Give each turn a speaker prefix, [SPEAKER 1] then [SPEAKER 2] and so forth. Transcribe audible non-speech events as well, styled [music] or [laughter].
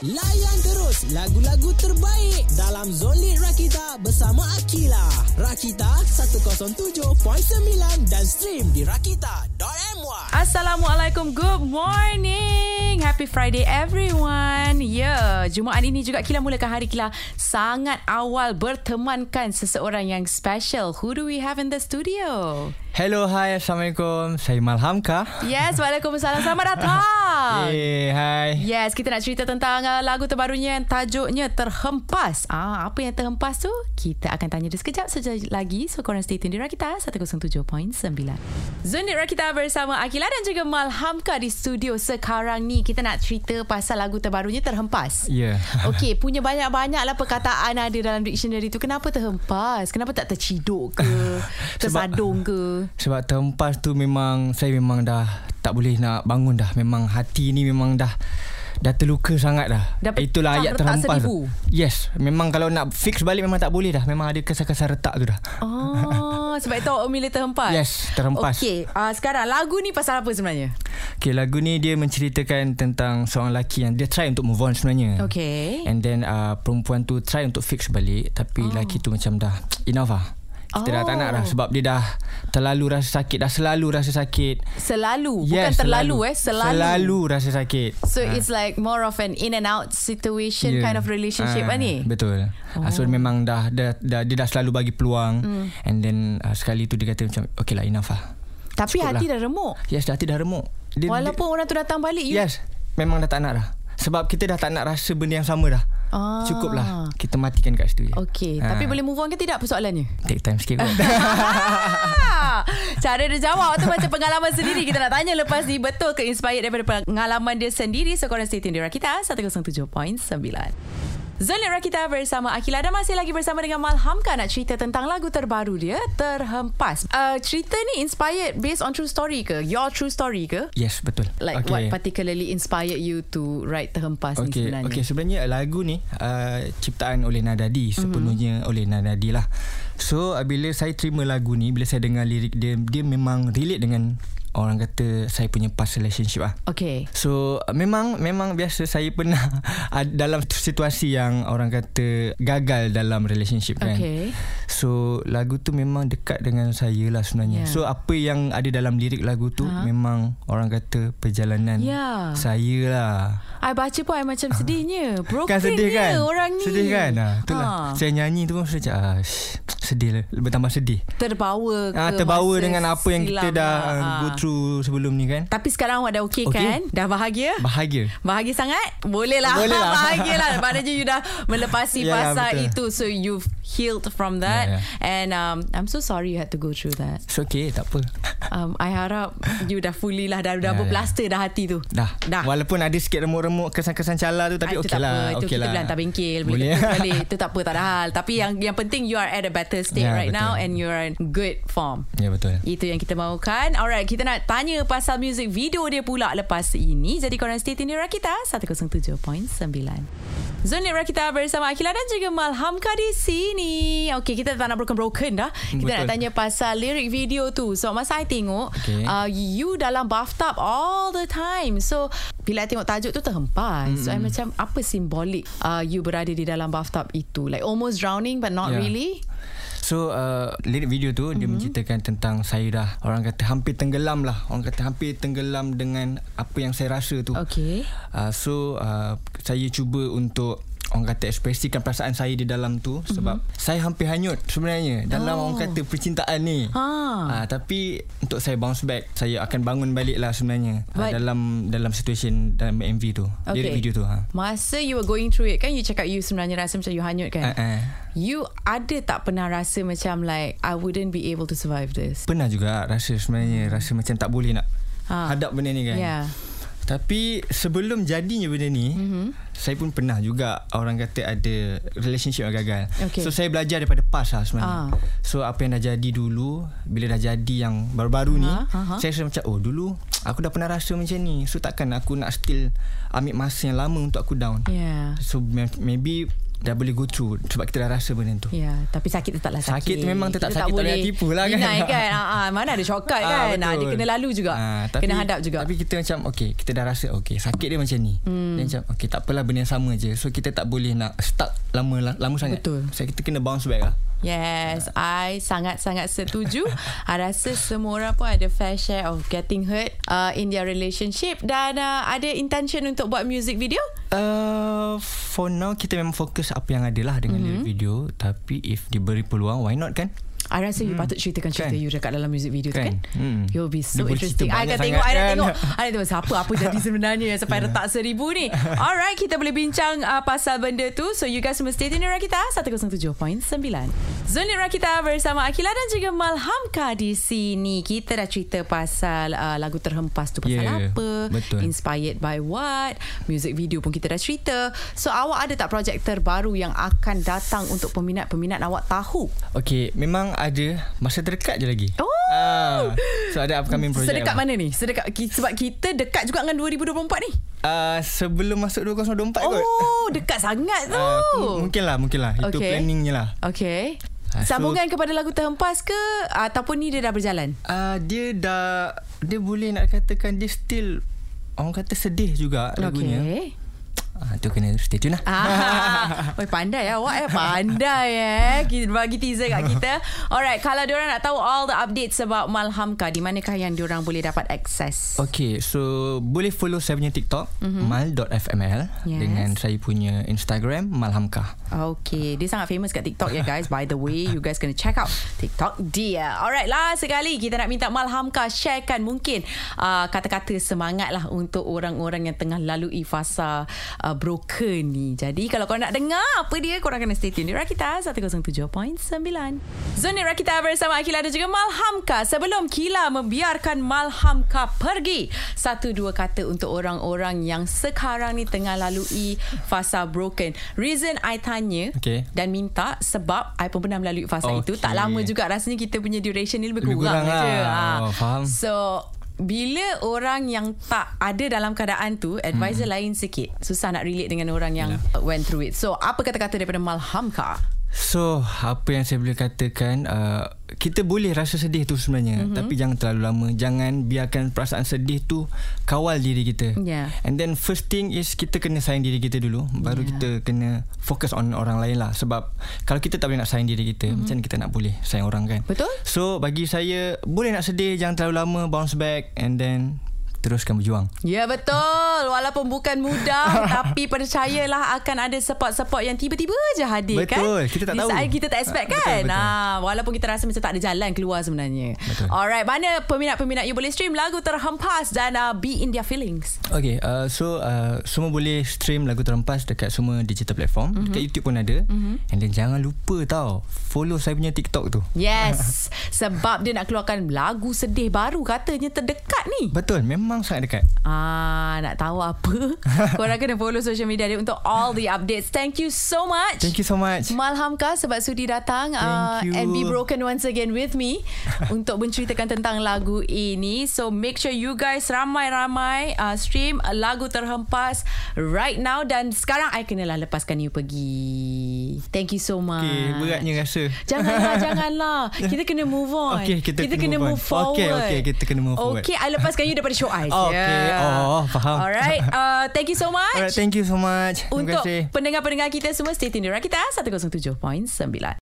[SPEAKER 1] Layan terus lagu-lagu terbaik dalam Zolit Rakita bersama Akila. Rakita 107.9 dan stream di rakita.my.
[SPEAKER 2] Assalamualaikum. Good morning. Happy Friday everyone. Ya, yeah, Jumaat ini juga Kila mulakan hari Kila sangat awal bertemankan seseorang yang special. Who do we have in the studio?
[SPEAKER 3] Hello, hi, Assalamualaikum. Saya Malhamka.
[SPEAKER 2] Yes, Waalaikumsalam. Selamat datang.
[SPEAKER 3] Hey, Eh, hi.
[SPEAKER 2] Yes, kita nak cerita tentang uh, lagu terbarunya yang tajuknya Terhempas. Ah, apa yang terhempas tu? Kita akan tanya dia sekejap saja lagi. So korang stay tune di Rakita 107.9. Zunit Rakita bersama Akila dan juga Malhamka di studio sekarang ni. Kita nak cerita pasal lagu terbarunya Terhempas.
[SPEAKER 3] Ya. Yeah. [laughs]
[SPEAKER 2] Okey, punya banyak-banyak lah perkataan ada dalam dictionary tu. Kenapa terhempas? Kenapa tak terciduk
[SPEAKER 3] [laughs]
[SPEAKER 2] ke? Tersadung ke?
[SPEAKER 3] Sebab terhempas tu memang saya memang dah tak boleh nak bangun dah. Memang hati ni memang dah dah terluka sangat dah.
[SPEAKER 2] Dapat
[SPEAKER 3] Itulah
[SPEAKER 2] tak
[SPEAKER 3] ayat
[SPEAKER 2] retak
[SPEAKER 3] terhempas.
[SPEAKER 2] seribu?
[SPEAKER 3] tu. Yes, memang kalau nak fix balik memang tak boleh dah. Memang ada kesan-kesan retak tu dah.
[SPEAKER 2] Oh, sebab itu Mila terhempas.
[SPEAKER 3] Yes, terhempas.
[SPEAKER 2] Okey, uh, sekarang lagu ni pasal apa sebenarnya?
[SPEAKER 3] Okay, lagu ni dia menceritakan tentang seorang lelaki yang dia try untuk move on sebenarnya.
[SPEAKER 2] Okey.
[SPEAKER 3] And then uh, perempuan tu try untuk fix balik tapi oh. lelaki tu macam dah enough lah. Kita oh. dah tak nak dah sebab dia dah terlalu rasa sakit, dah selalu rasa sakit.
[SPEAKER 2] Selalu, bukan terlalu eh, selalu.
[SPEAKER 3] Selalu Ah. rasa sakit.
[SPEAKER 2] So it's like more of an in and out situation
[SPEAKER 3] Ya.
[SPEAKER 2] kind of relationship lah
[SPEAKER 3] Ah,
[SPEAKER 2] ni.
[SPEAKER 3] Betul. Oh. So memang dah, dah, dah dia dah selalu bagi peluang mm. and then uh, sekali tu dia kata macam okay lah enough lah.
[SPEAKER 2] Tapi
[SPEAKER 3] cukup
[SPEAKER 2] hati
[SPEAKER 3] lah.
[SPEAKER 2] dah remuk.
[SPEAKER 3] Yes, dah hati dah remuk. Dia,
[SPEAKER 2] Walaupun orang tu datang balik you.
[SPEAKER 3] dia, yes, memang dah tak nak dah. Sebab kita dah tak nak rasa benda yang sama dah.
[SPEAKER 2] Ah.
[SPEAKER 3] Cukup lah. Kita matikan kat situ je.
[SPEAKER 2] Okey,
[SPEAKER 3] Ah.
[SPEAKER 2] tapi boleh move on ke tidak persoalannya?
[SPEAKER 3] Take time
[SPEAKER 2] [laughs]
[SPEAKER 3] sikit kot.
[SPEAKER 2] Ah, Cara dia jawab tu macam pengalaman sendiri Kita nak tanya lepas ni Betul ke inspired daripada pengalaman dia sendiri So korang stay tune di Rakita 107.9 Zolit Rakita bersama Akila Dan masih lagi bersama dengan Malhamka Nak cerita tentang lagu terbaru dia Terhempas uh, Cerita ni inspired based on true story ke? Your true story ke?
[SPEAKER 3] yes, betul.
[SPEAKER 2] Like okay. what particularly inspired you to write Terhempas ni
[SPEAKER 3] Okay,
[SPEAKER 2] sebenarnya?
[SPEAKER 3] okay sebenarnya lagu ni uh, ciptaan oleh Nadadi sepenuhnya mm-hmm. oleh Nadadi lah. So uh, bila saya terima lagu ni, bila saya dengar lirik dia, dia memang relate dengan orang kata saya punya past relationship ah.
[SPEAKER 2] Okay.
[SPEAKER 3] So uh, memang memang biasa saya pernah [laughs] uh, dalam situasi yang orang kata gagal dalam relationship kan.
[SPEAKER 2] Okay.
[SPEAKER 3] So lagu tu memang dekat dengan saya lah
[SPEAKER 2] Yeah.
[SPEAKER 3] sebenarnya. Yeah. So apa yang ada dalam lirik lagu tu
[SPEAKER 2] Ya. Ha. Ya.
[SPEAKER 3] uh-huh. memang orang kata perjalanan
[SPEAKER 2] Yeah.
[SPEAKER 3] saya lah.
[SPEAKER 2] I baca pun I macam sedihnya Broken
[SPEAKER 3] Kan sedih kan
[SPEAKER 2] orang ni
[SPEAKER 3] Sedih kan ha, Itulah
[SPEAKER 2] Ha.
[SPEAKER 3] ha. Saya nyanyi tu pun Saya cakap ah, sh- Sedih lah Bertambah sedih
[SPEAKER 2] terbawa ke
[SPEAKER 3] ha, Terbawa
[SPEAKER 2] masa
[SPEAKER 3] dengan apa yang
[SPEAKER 2] silam
[SPEAKER 3] kita
[SPEAKER 2] lah.
[SPEAKER 3] dah uh,
[SPEAKER 2] Ah.
[SPEAKER 3] Go through sebelum ni kan
[SPEAKER 2] Tapi sekarang awak dah okey okay.
[SPEAKER 3] Okey.
[SPEAKER 2] kan? Dah bahagia?
[SPEAKER 3] Bahagia
[SPEAKER 2] Bahagia sangat? Boleh lah.
[SPEAKER 3] Boleh
[SPEAKER 2] [laughs]
[SPEAKER 3] lah.
[SPEAKER 2] bahagia lah. Maknanya you dah melepasi yeah,
[SPEAKER 3] [laughs] Ya, ya,
[SPEAKER 2] pasal
[SPEAKER 3] betul.
[SPEAKER 2] itu. So you've healed from that.
[SPEAKER 3] Ya,
[SPEAKER 2] Yeah,
[SPEAKER 3] ya.
[SPEAKER 2] yeah. And um, I'm so sorry you had to go through that.
[SPEAKER 3] It's okay tak apa
[SPEAKER 2] Um, I harap you dah fully lah. Dah, dah
[SPEAKER 3] Ya,
[SPEAKER 2] yeah,
[SPEAKER 3] ya.
[SPEAKER 2] berplaster dah hati tu.
[SPEAKER 3] Dah.
[SPEAKER 2] Dah.
[SPEAKER 3] Walaupun ada sikit remuk-remuk kesan-kesan cala tu
[SPEAKER 2] Ah,
[SPEAKER 3] tapi
[SPEAKER 2] itu
[SPEAKER 3] okey
[SPEAKER 2] tak apa.
[SPEAKER 3] lah.
[SPEAKER 2] Itu
[SPEAKER 3] okey
[SPEAKER 2] kita
[SPEAKER 3] lah.
[SPEAKER 2] belantar bengkel. Boleh,
[SPEAKER 3] Boleh.
[SPEAKER 2] kata balik. Itu tak apa. Tak ada hal. Tapi yang yang penting you are at a better state
[SPEAKER 3] Ya,
[SPEAKER 2] right
[SPEAKER 3] betul.
[SPEAKER 2] now. And you are in good form.
[SPEAKER 3] [laughs] ya betul.
[SPEAKER 2] Itu yang kita mahukan. Alright, kita nak tanya pasal music video dia pula lepas ini. Jadi korang stay tune di Rakita 107.9. Zonit Rakita bersama Akila dan juga Malhamka di sini. Okey, kita tak nak broken-broken dah. Kita Betul.
[SPEAKER 3] Betul.
[SPEAKER 2] nak tanya pasal lirik video tu. So, masa I tengok, okay.
[SPEAKER 3] Okey.
[SPEAKER 2] uh, you dalam bathtub all the time. So, bila I tengok tajuk tu terhempas. Mm. So, I macam apa simbolik uh, you berada di dalam bathtub itu? Like almost drowning but not yeah.
[SPEAKER 3] Ya.
[SPEAKER 2] really?
[SPEAKER 3] So uh, lirik video tu mm-hmm. dia
[SPEAKER 2] Mhm.
[SPEAKER 3] menceritakan tentang saya dah orang kata hampir tenggelam lah. Orang kata hampir tenggelam dengan apa yang saya rasa tu.
[SPEAKER 2] Okay.
[SPEAKER 3] Uh, so uh, saya cuba untuk orang kata ekspresikan perasaan saya di dalam tu sebab mm-hmm. saya hampir hanyut sebenarnya dalam
[SPEAKER 2] Mhm. Oh.
[SPEAKER 3] oh. orang kata percintaan ni.
[SPEAKER 2] Ha.
[SPEAKER 3] Ah, tapi untuk saya bounce back, saya akan bangun balik lah sebenarnya
[SPEAKER 2] But-
[SPEAKER 3] ah, dalam dalam situation dalam MV tu,
[SPEAKER 2] Okay.
[SPEAKER 3] lirik video tu. Ha.
[SPEAKER 2] Masa you were going through it kan you cakap you sebenarnya rasa macam you hanyut kan?
[SPEAKER 3] Uh, uh.
[SPEAKER 2] You ada tak pernah rasa macam like I wouldn't be able to survive this?
[SPEAKER 3] Pernah juga rasa sebenarnya rasa macam tak boleh nak
[SPEAKER 2] Ha.
[SPEAKER 3] hadap benda ni kan.
[SPEAKER 2] Yeah.
[SPEAKER 3] Tapi sebelum jadinya benda ni mm-hmm.
[SPEAKER 2] Mhm.
[SPEAKER 3] Saya pun pernah juga Orang kata ada Relationship yang gagal
[SPEAKER 2] Okay.
[SPEAKER 3] So saya belajar daripada past lah sebenarnya
[SPEAKER 2] Ah.
[SPEAKER 3] So apa yang dah jadi dulu Bila dah jadi yang baru-baru ni
[SPEAKER 2] Ah, ah, ah.
[SPEAKER 3] Saya rasa macam Oh dulu Aku dah pernah rasa macam
[SPEAKER 2] Ya.
[SPEAKER 3] ni So takkan aku nak still Ambil masa yang lama untuk aku down
[SPEAKER 2] Yeah.
[SPEAKER 3] So may- maybe dah boleh go through sebab kita dah rasa benda tu.
[SPEAKER 2] Ya, tapi sakit tetaplah sakit.
[SPEAKER 3] Sakit tu memang tetap
[SPEAKER 2] Kita
[SPEAKER 3] sakit, tak boleh tipu lah kan. [laughs]
[SPEAKER 2] Deny kan. Ha, ha, mana ada shortcut
[SPEAKER 3] Ah,
[SPEAKER 2] kan. Ha, dia
[SPEAKER 3] betul.
[SPEAKER 2] kena lalu juga.
[SPEAKER 3] Ah,
[SPEAKER 2] tapi, kena hadap juga.
[SPEAKER 3] Tapi kita macam Okay Kita dah rasa Okay sakit dia macam ni hmm. Dia macam Okay tak apalah benda yang sama je So kita tak boleh nak Stuck lama lama sangat
[SPEAKER 2] Betul.
[SPEAKER 3] So kita kena bounce back lah
[SPEAKER 2] Yes,
[SPEAKER 3] Ah.
[SPEAKER 2] I sangat-sangat setuju. [laughs] I rasa semua orang pun ada fair share of getting hurt uh, in their relationship dan uh, ada intention untuk buat music video.
[SPEAKER 3] Uh, for now kita memang fokus apa yang ada lah dengan
[SPEAKER 2] Hmm.
[SPEAKER 3] mm-hmm. video tapi if diberi peluang why not kan
[SPEAKER 2] I rasa you patut ceritakan cerita
[SPEAKER 3] Kan.
[SPEAKER 2] you dekat dalam music video tu kan.
[SPEAKER 3] Kan. Hmm.
[SPEAKER 2] You'll be so
[SPEAKER 3] Dia boleh
[SPEAKER 2] interesting.
[SPEAKER 3] cerita
[SPEAKER 2] I akan
[SPEAKER 3] banyak
[SPEAKER 2] tengok, I
[SPEAKER 3] sangat
[SPEAKER 2] nak
[SPEAKER 3] kan. Ya.
[SPEAKER 2] tengok. I nak tengok siapa, apa
[SPEAKER 3] [laughs]
[SPEAKER 2] jadi sebenarnya yang sampai letak seribu ni. Alright, kita boleh bincang uh, pasal benda tu. So you guys semua stay tune di Rakita 107.9. Zone Rakita bersama Akila dan juga Malhamka di sini. Kita dah cerita pasal uh, lagu terhempas tu pasal
[SPEAKER 3] Yeah,
[SPEAKER 2] apa.
[SPEAKER 3] Ya, betul.
[SPEAKER 2] Inspired by what. Music video pun kita dah cerita. So awak ada tak projek terbaru yang akan datang untuk peminat-peminat awak tahu?
[SPEAKER 3] Okay memang ada masa terdekat je lagi
[SPEAKER 2] Oh.
[SPEAKER 3] Ah, so ada upcoming project
[SPEAKER 2] Sedekat
[SPEAKER 3] lah.
[SPEAKER 2] mana ni? Sedekat ki- sebab kita dekat juga dengan 2024 ni.
[SPEAKER 3] Uh, sebelum masuk 2024 kot
[SPEAKER 2] Oh, dekat sangat tu.
[SPEAKER 3] Ah, m- mungkin lah mungkin lah itu
[SPEAKER 2] Okay.
[SPEAKER 3] planningnya lah
[SPEAKER 2] Okay.
[SPEAKER 3] Ah, so-
[SPEAKER 2] Sambungan kepada lagu terhempas ke ataupun ni dia dah berjalan?
[SPEAKER 3] uh, dia dah dia boleh nak katakan dia still orang kata sedih juga lagunya
[SPEAKER 2] Okay.
[SPEAKER 3] ah tu kena stay tune lah
[SPEAKER 2] Ah,
[SPEAKER 3] [laughs]
[SPEAKER 2] Oi, pandai ya awak eh Pandai eh kita Bagi teaser kat
[SPEAKER 3] [laughs]
[SPEAKER 2] kita Alright Kalau diorang nak tahu All the updates about Malhamka Di manakah yang diorang boleh dapat access
[SPEAKER 3] Okay, so boleh follow saya punya TikTok mm-hmm. mal.fml
[SPEAKER 2] Yes.
[SPEAKER 3] yes. dengan saya punya Instagram malhamka.
[SPEAKER 2] Okay, dia sangat famous kat TikTok ya guys. By the way, you guys kena check out TikTok dia. Alright lah, sekali kita nak minta Malhamka sharekan mungkin uh, kata-kata semangat lah untuk orang-orang yang tengah lalui fasa uh, broken ni. Jadi kalau korang nak dengar apa dia, korang kena stay tune di Rakita 107.9. Zone Rakita bersama Akila dan juga Malhamka. Sebelum Kila membiarkan Malhamka pergi, satu dua kata untuk orang-orang yang sekarang ni tengah lalui fasa broken. Reason I tanya
[SPEAKER 3] Okay.
[SPEAKER 2] dan minta sebab I pun pernah melalui fasa okay. itu.
[SPEAKER 3] Okay.
[SPEAKER 2] Tak lama juga rasanya kita punya duration ni lebih
[SPEAKER 3] Lebih
[SPEAKER 2] kurang,
[SPEAKER 3] kurang
[SPEAKER 2] je.
[SPEAKER 3] lah. Oh, faham.
[SPEAKER 2] So bila orang yang tak ada dalam keadaan tu Advisor hmm. lain sikit Susah nak relate dengan orang yang Went through it So apa kata-kata daripada Malhamka
[SPEAKER 3] So, apa yang saya boleh katakan, uh, kita boleh rasa sedih tu sebenarnya, mm-hmm. tapi jangan terlalu lama. Jangan biarkan perasaan sedih tu kawal diri kita.
[SPEAKER 2] Yeah.
[SPEAKER 3] And then first thing is kita kena sayang diri kita dulu, baru
[SPEAKER 2] Yeah.
[SPEAKER 3] yeah. kita kena fokus on orang lain lah. Sebab kalau kita tak boleh nak sayang diri kita, mm-hmm. macam mana kita nak boleh sayang orang kan?
[SPEAKER 2] Betul?
[SPEAKER 3] So, bagi saya boleh nak sedih, jangan terlalu lama, bounce back and then teruskan berjuang.
[SPEAKER 2] Ya betul Walaupun bukan
[SPEAKER 3] [laughs]
[SPEAKER 2] mudah Tapi percayalah Akan ada support-support Yang tiba-tiba je hadir kan
[SPEAKER 3] Betul, kita tak
[SPEAKER 2] Di
[SPEAKER 3] tahu.
[SPEAKER 2] saat kita tak expect
[SPEAKER 3] Ah, betul,
[SPEAKER 2] kan
[SPEAKER 3] betul.
[SPEAKER 2] Ah, Walaupun kita rasa macam Tak ada jalan keluar sebenarnya
[SPEAKER 3] Betul.
[SPEAKER 2] Alright Mana peminat-peminat You boleh stream lagu terhempas Dan uh, Be In Their Feelings
[SPEAKER 3] Okay, uh, so uh, semua boleh stream lagu terhempas dekat semua digital platform. Mm-hmm. Dekat YouTube pun ada. Mm-hmm. And then jangan lupa tau, follow saya punya TikTok tu.
[SPEAKER 2] Yes [laughs] Sebab dia nak keluarkan Lagu sedih baru Katanya terdekat ni
[SPEAKER 3] Betul, memang sangat dekat.
[SPEAKER 2] Ah, nak tahu
[SPEAKER 3] [laughs]
[SPEAKER 2] apa? Korang kena follow social media dia untuk all the updates. Thank you so much.
[SPEAKER 3] Thank you so much.
[SPEAKER 2] Malhamka sebab sudi datang uh,
[SPEAKER 3] you.
[SPEAKER 2] and be broken once again with
[SPEAKER 3] [laughs]
[SPEAKER 2] me untuk menceritakan tentang lagu ini. So make sure you guys ramai-ramai uh, stream lagu terhempas right now dan sekarang I kenalah lepaskan you pergi. Thank you so much.
[SPEAKER 3] Okay, Eh, beratnya rasa.
[SPEAKER 2] Janganlah, janganlah. Kita kena move on.
[SPEAKER 3] Okay, kita
[SPEAKER 2] kena,
[SPEAKER 3] kena
[SPEAKER 2] move
[SPEAKER 3] move on.
[SPEAKER 2] forward.
[SPEAKER 3] Okay, okay, kita kena move forward.
[SPEAKER 2] Okay, I lepaskan you daripada show I.
[SPEAKER 3] Oh, okay. Oh, faham.
[SPEAKER 2] Alright, uh, thank you so much.
[SPEAKER 3] Alright, thank you so much. Terima
[SPEAKER 2] Untuk
[SPEAKER 3] kasih.
[SPEAKER 2] pendengar-pendengar kita semua, stay tune di Rakita 107.9.